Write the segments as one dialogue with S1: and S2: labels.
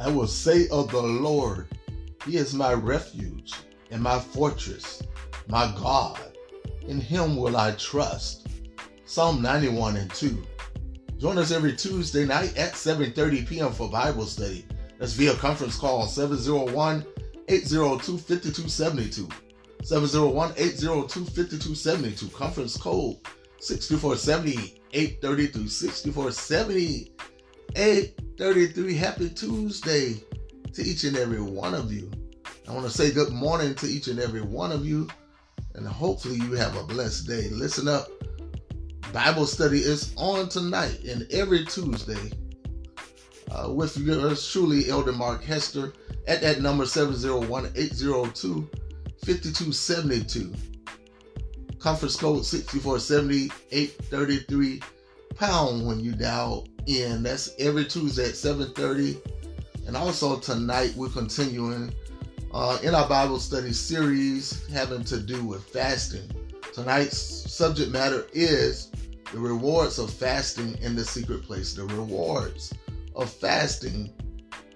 S1: I will say of the Lord, He is my refuge and my fortress, my God. In Him will I trust. Psalm 91 and 2. Join us every Tuesday night at 7.30 p.m. for Bible study. That's via conference call 701-802-5272. 701-802-5272. Conference code 6470 833 6470 833. Happy Tuesday to each and every one of you. I want to say good morning to each and every one of you, and hopefully you have a blessed day. Listen up. Bible study is on tonight and every Tuesday uh, with yours truly, Elder Mark Hester, at that number 701 802 5272. Conference code 6470-833 pound when you dial in. That's every Tuesday at 7.30. And also tonight we're continuing uh, in our Bible study series having to do with fasting. Tonight's subject matter is the rewards of fasting in the secret place. The rewards of fasting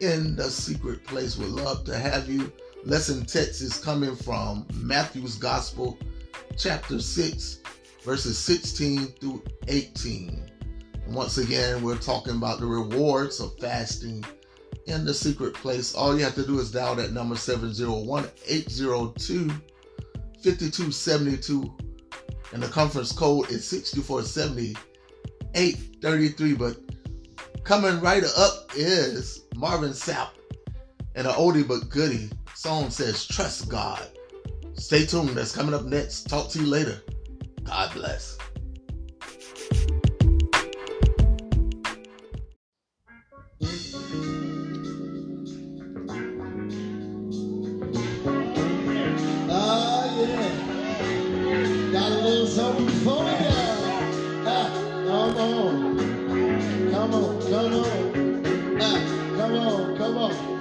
S1: in the secret place. We'd love to have you. Lesson text is coming from Matthew's Gospel, chapter 6, verses 16 through 18. And once again, we're talking about the rewards of fasting in the secret place. All you have to do is dial that number 701 802 5272. And the conference code is 6470 833. But coming right up is Marvin Sapp and an oldie but goodie song says, Trust God. Stay tuned. That's coming up next. Talk to you later. God bless.
S2: Ah, yeah. Got a little something for ya. Ah, come on. Come on, come on. Ah, come on, come on.